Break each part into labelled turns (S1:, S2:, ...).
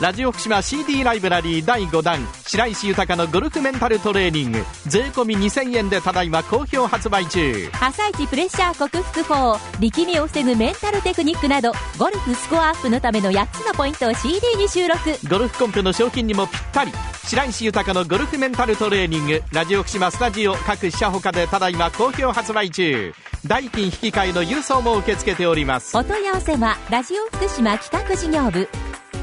S1: ラジオ福島 CD ライブラリー第5弾白石豊のゴルフメンタルトレーニング税込み2000円でただいま好評発売中
S2: 朝一プレッシャー克服法力みを防ぐメンタルテクニックなどゴルフスコアアップのための8つのポイントを CD に収録
S1: ゴルフコンペの賞金にもぴったり白石豊のゴルフメンタルトレーニングラジオ福島スタジオ各社ほかでただいま好評発売中代金引き換えの郵送も受け付けております
S2: お問い合わせはラジオ福島企画事業部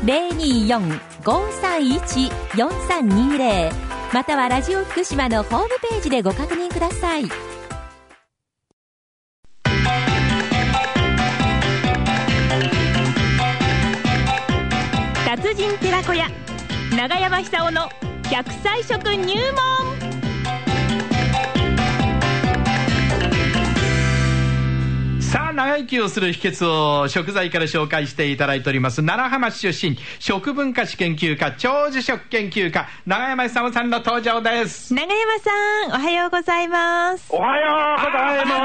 S2: 024-531-4320またはラジオ福島のホームページでご確認ください
S3: 達人寺子屋長山久夫の百歳食入門
S1: さあ長生きをする秘訣を食材から紹介していただいております奈良浜市出身食文化史研究家長寿食研究家長山久夫さんの登場です
S3: 長山さんおはようございます
S4: おはようございま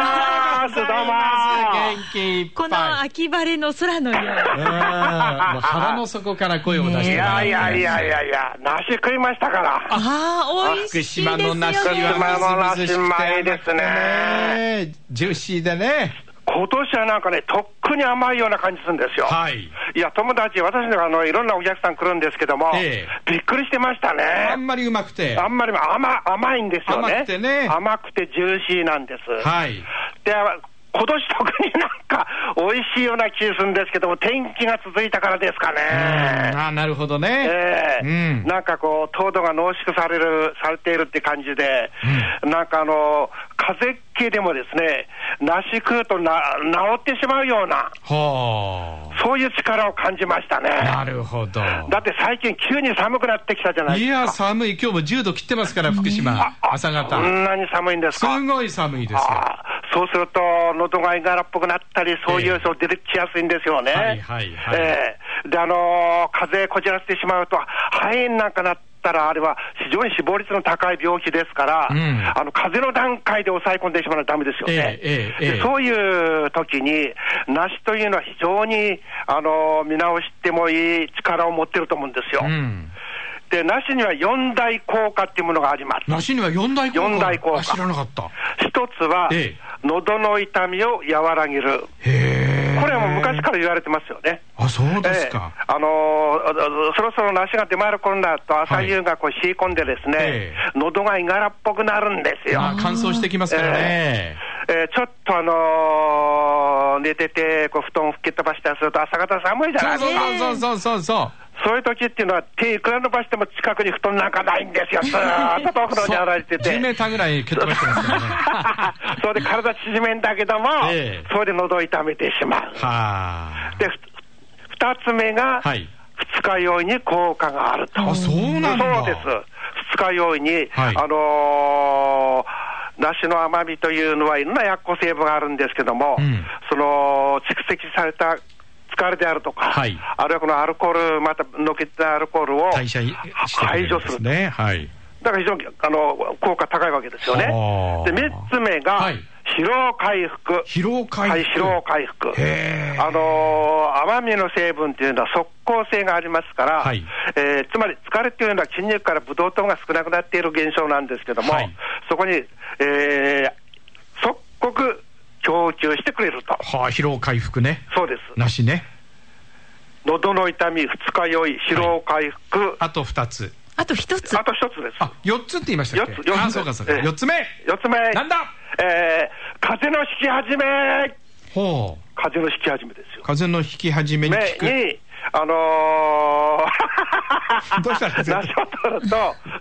S4: す。どうも。
S1: 元気いっぱい
S3: この秋晴れの空のよう
S1: うんもう腹の底から声を出して
S4: い
S1: もらっ
S4: や
S1: て
S4: いやいやいやいや、梨食いましたから。
S3: ああ美味しい
S1: 福
S3: です
S1: 島
S3: よね
S1: の梨
S4: 福島の
S1: は
S4: 梨
S1: みずみずしくて甘くて
S4: うまいですね
S1: ジューシーでね
S4: 今年はなんかね、とっくに甘いような感じするんですよ。
S1: はい
S4: いや、友達、私のあの、いろんなお客さん来るんですけども、
S1: え
S4: びっくりしてました
S1: あ
S4: ね
S1: ん。まりうまくて
S4: あんまり甘甘いんですよね。
S1: 甘くてね
S4: 甘くてジューシーなんです。
S1: はい
S4: で、今年特になんか、美味しいような気するんですけども、天気が続いたからですかね。
S1: ああなるほどね、
S4: ええ
S1: うん
S4: なんかこう、糖度が濃縮される、されているって感じで、なんかあの、風邪気でもですね、梨食うとな治ってしまうような、
S1: ほう
S4: そういう力を感じましたね。
S1: なるほど
S4: だって最近急に寒くなってきたじゃない
S1: い
S4: ですか。
S1: や寒い今日も10度切ってますから福島朝
S4: そん
S1: 方
S4: なに寒いんです
S1: す
S4: か
S1: ごい寒いですよ
S4: ああそうすると、喉がいがらっぽくなったり、そうい
S1: ええ
S4: う症出てきやすいんですよね。
S1: はいはいはい
S4: ええで、あのー風邪こじらせてしまうと、肺炎なんかなったら、あれは非常に死亡率の高い病気ですから、
S1: うん
S4: あの風邪の段階で抑え込んでしまうのはダメですよね。
S1: ええええええ
S4: でそういう時に、梨というのは非常に、あのー見直してもいい力を持ってると思うんですよ。
S1: うん
S4: で、梨には四大効果っていうものがあります。
S1: 梨には4大効果
S4: 四大効果
S1: あ知らなかった
S4: 一つは、
S1: ええ
S4: 喉の痛みを和らげる、
S1: へえ
S4: これはもう昔から言われてますよね。
S1: あそう
S4: え
S1: です
S4: え
S1: か、
S4: あのーそろそろ梨が出回る頃になると、朝夕がこう冷え込んで、ですね、
S1: え
S4: 喉がいがらっぽくなるんですよ。
S1: まあ乾燥してきますからね、
S4: えーちょっとあのー寝てて、こう布団を吹き飛ばしたりすると、朝方寒いじゃないですか、
S1: そうそうそうそうそうそう
S4: そういう時っていうのは、手いくら伸ばしても近くに布団なんかないんで すよ、ずーっとお風呂にやられてて。
S1: 10メーターぐらい蹴っ飛ばしてますからね。
S4: それで体縮めんだけども、
S1: ええ
S4: それで喉を痛めてしまう。
S1: はあ。
S4: で、ふ二つ目が、
S1: はい。
S4: 二日酔いに効果があると。
S1: あ、そうなんだ。
S4: そうです。二日酔いに、
S1: はい
S4: あのー梨の甘みというのはいろんな薬効成分があるんですけども、
S1: うん
S4: その蓄積された疲れであるとか、
S1: はい
S4: あるいはこのアルコール、また抜けたアルコールを
S1: 代謝してくれ
S4: 排
S1: る
S4: 除
S1: んですす
S4: る
S1: ね。はい。
S4: だから非常にあの効果高いわけですよね
S1: は。あ
S4: で、三つ目が、
S1: はい
S4: 疲労回復。
S1: 疲労回復
S4: はい、疲労回復。
S1: へえ
S4: あのー甘みの成分というのは即効性がありますから、
S1: はい
S4: えーつまり疲れというのは筋肉からブドウ糖が少なくなっている現象なんですけども、
S1: はい
S4: そこに、えー即刻供給してくれると。
S1: はあ、疲労回復ね。
S4: そうです。
S1: なしね。
S4: 喉の痛み、二日酔い、疲労回復、
S1: あと二つ。
S3: あと一つ
S4: あと一つです。
S1: あ、四つって言いましたっけ
S4: 四つ四つ
S1: あ、そうかそうか。
S4: ええ
S1: 四つ目。
S4: 四つ目。
S1: なんだ
S4: えー風邪の引き始め
S1: ほ
S4: 風邪の引き始めで
S1: う。
S4: すよ。
S1: 風邪の引き始めに効
S4: ね、
S1: く。
S4: に、あのー
S1: どうしたん ですか
S4: 梨を取ると、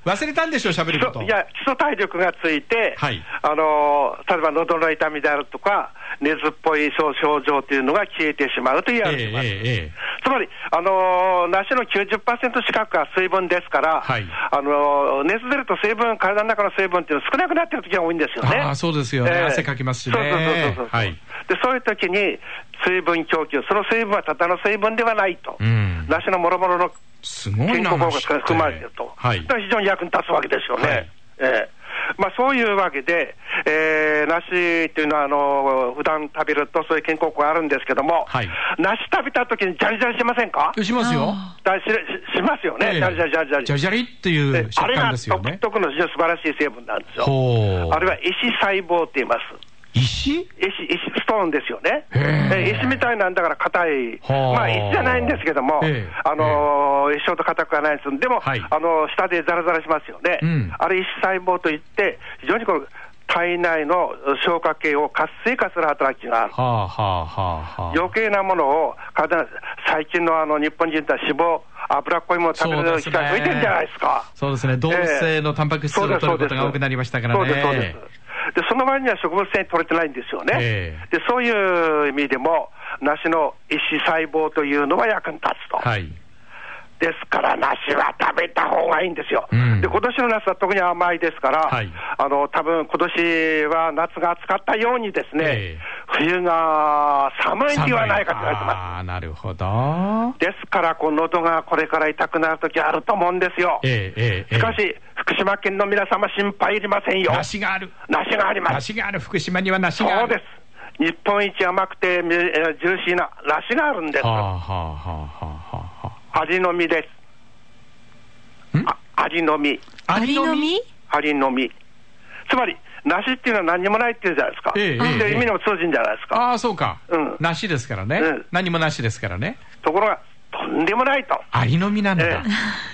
S1: 忘れたんでしょ、喋ること。
S4: いや、基礎体力がついて、
S1: はい
S4: あのー例えば喉の痛みであるとか、熱っぽい症症状というのが消えてしまうと言わ
S1: ええ
S4: れています。
S1: ええええ
S4: つまり、あのー梨の90%近くは水分ですから、
S1: はい
S4: あのー熱出ると水分、体の中の水分っていうのは少なくなってる時が多いんですよね。
S1: ああそうですよね汗かきますしね
S4: そうそうそうそうそう
S1: はい
S4: で、そういう時に水分供給、その水分はただの水分ではないと、
S1: うん
S4: 梨のもろもろの
S1: すごい
S4: 健
S1: な
S4: 康効果が含まれていると、
S1: はい
S4: だから非常に役に立つわけですよね。
S1: はい
S4: ええまあ、そういうわけで、えー、梨っていうのは、あの普段食べるとそういう健康効果あるんですけども、
S1: はい
S4: 梨食べた時にジャリジャリしませんか
S1: しますよ。
S4: だしししますよね、
S1: ええ
S4: ジャリジャリジャリジャリ。
S1: ジャリジャリっていう
S4: であ
S1: 食
S4: れ
S1: 感
S4: が
S1: ですよ
S4: 独
S1: ね。
S4: 特の素晴らしい成分なんですよ。
S1: ほう。
S4: あれは、石細胞って言います。
S1: 石
S4: 石、石ストーンですよね。
S1: へえ
S4: え石みたいなんだから硬い。
S1: はあ
S4: まあ石じゃないんですけども、
S1: ええ
S4: あのー、石ほど硬くはないです。でも、
S1: はい
S4: あのー、下でザラザラしますよね。
S1: うん
S4: あれ石細胞といって、非常にこの体内の消化系を活性化する働きがある。
S1: はあはあはあはあ。
S4: 余計なものを体、最近のあの日本人って脂肪、脂っこいものを食べる機会増えてるんじゃないですか。
S1: そうですね。動物性のタンパク質を
S4: そうで
S1: 取
S4: す
S1: ることが多くなりましたからね。
S4: そうです、そうです。で、その割には植物性に取れてないんですよね。
S1: え
S4: で、そういう意味でも、梨の一子細胞というのは役に立つと。
S1: はい。
S4: ですから、梨は食べた方がいいんですよ。
S1: うん
S4: で、今年の夏は特に甘いですから、
S1: はい
S4: あの、多分今年は夏が暑かったようにですね、
S1: ええ
S4: 冬が寒いんではないかと言われてます。
S1: ああー、なるほど。
S4: ですから、こう喉がこれから痛くなる時あると思うんですよ。
S1: ええええええ
S4: しかし、福島県の皆様、心配いりませんよ。
S1: 梨がある。
S4: 梨があります。
S1: 梨がある。福島には梨があ
S4: そう
S1: る。
S4: です。日本一甘くて、みえージューシーな梨があるんです。
S1: はあはあはあはあはあ。
S4: 味の実です。
S1: ん
S4: あ味の実。
S1: アリの実
S4: 味の実。つまり、梨っていうのは何にもないっていうじゃないですか。
S1: ええ
S4: って
S1: ええ
S4: いう意味にも通じんじゃないですか。
S1: ああ、そうか
S4: うん。
S1: 梨ですからね
S4: うん。
S1: 何も梨ですからね。
S4: ところが、とんでもないと。
S1: アリの実なん
S4: え
S1: だ
S4: え。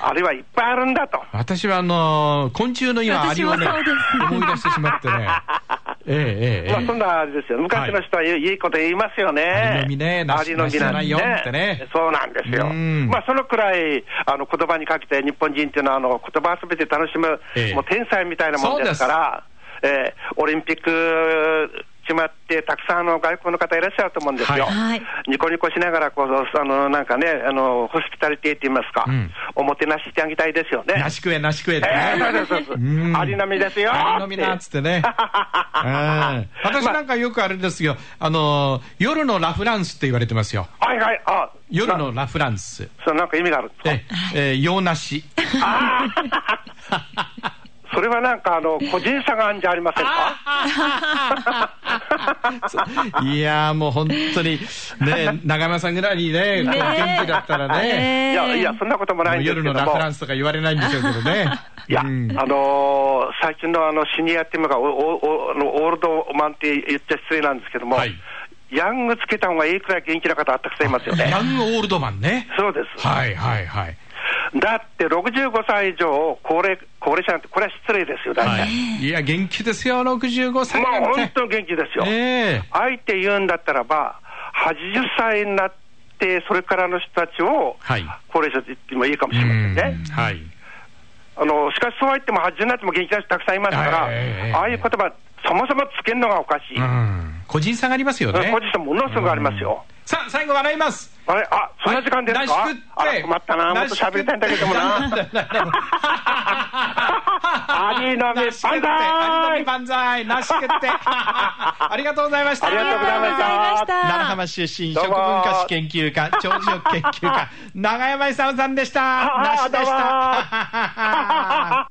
S4: あるいはいっぱいあるんだと。
S1: 私はあのー、昆虫の今、アリをね、思い出してしまって ね。ええええ
S4: まあ
S1: ええ
S4: そんなあれですよ、昔の人は言ういいこと言いますよね、
S1: ありのみねなし
S4: ありのみなん
S1: なしじゃないよってね
S4: そうなんですよ、
S1: うん
S4: まあそのくらいあの言葉にかけて、日本人っていうのはあの言葉遊びで楽しむ、
S1: ええ
S4: もう天才みたいなもんですから、えーオリンピック決まって、たくさんあの外国の方いらっしゃると思うんですよ、
S1: はい
S2: はい
S4: ニコニコしながらこうあの、なんかねあの、ホスピタリティって言いますか、
S1: うん
S4: おもてなししてあげたいですよね。
S1: 梨食え、梨食えって
S4: えー
S1: ね。
S4: そうですそうです
S1: うん
S4: ありのみですよ
S1: ありのみなっつ ってね。うん私なんかよくあれですよ、あのー、夜のラ・フランスって言われてますよ。
S4: はいはい、あ
S1: 夜のラ・フランス。
S4: そうなんか意味があるんですか
S1: え、えー、洋梨。
S4: それはなんかあの個人差があるんじゃありませんか
S1: いやーもう 本当に、ね、長山さんぐらいにね、こう元気だったらね、
S4: いやいや、そんなこともな
S1: も
S4: いん
S1: う
S4: ですけ
S1: 夜
S4: ど
S1: のラ・
S4: も
S1: フラ。ンスとか言われないんでしょうけどね。
S4: いや、あ
S1: うん
S4: のー最近のあのシニアっていうのがおおおあのオールドマンって言っちゃ失礼なんですけども、
S1: はい
S4: ヤングつけた方がいいくらい元気な方あったくさんいますよね
S1: ヤ。ングオールドマンね。
S4: そうです。
S1: はいはいはい。
S4: だって65歳以上高齢高齢者なんてこれは失礼ですよ。大体。
S1: いや、元気ですよ、65歳
S4: ま
S1: な
S4: あ
S1: んて。
S4: 本当元気ですよ。
S1: ええ
S4: あえて言うんだったらば、80歳になって、それからの人たちを
S1: はい
S4: 高齢者と言ってもいいかもしれませんね。
S1: うんはい。
S4: あのしかし、そうは言っても、80になっても元気な人たくさんいますから、
S1: ええ
S4: ああいう言葉そもそもつけるのがおかしい、
S1: うん。個人差がありますよね
S4: 個。人差ものすごくありますよ。
S1: さあ、最後笑います。
S4: あれあそんな時間ですか
S1: 梨食って
S4: あら困ったな、もっと喋りたいんだけどもな。
S1: あ
S4: りのみ万歳
S1: ありのみ万歳梨食って。ありがとうございました。
S4: ありがとうございました
S1: 奈良浜出身
S4: ど
S1: 食
S4: うも
S1: 文化史研究家長寿食研究家長山功さんでした
S4: あ
S1: 梨でし
S4: どうも
S1: た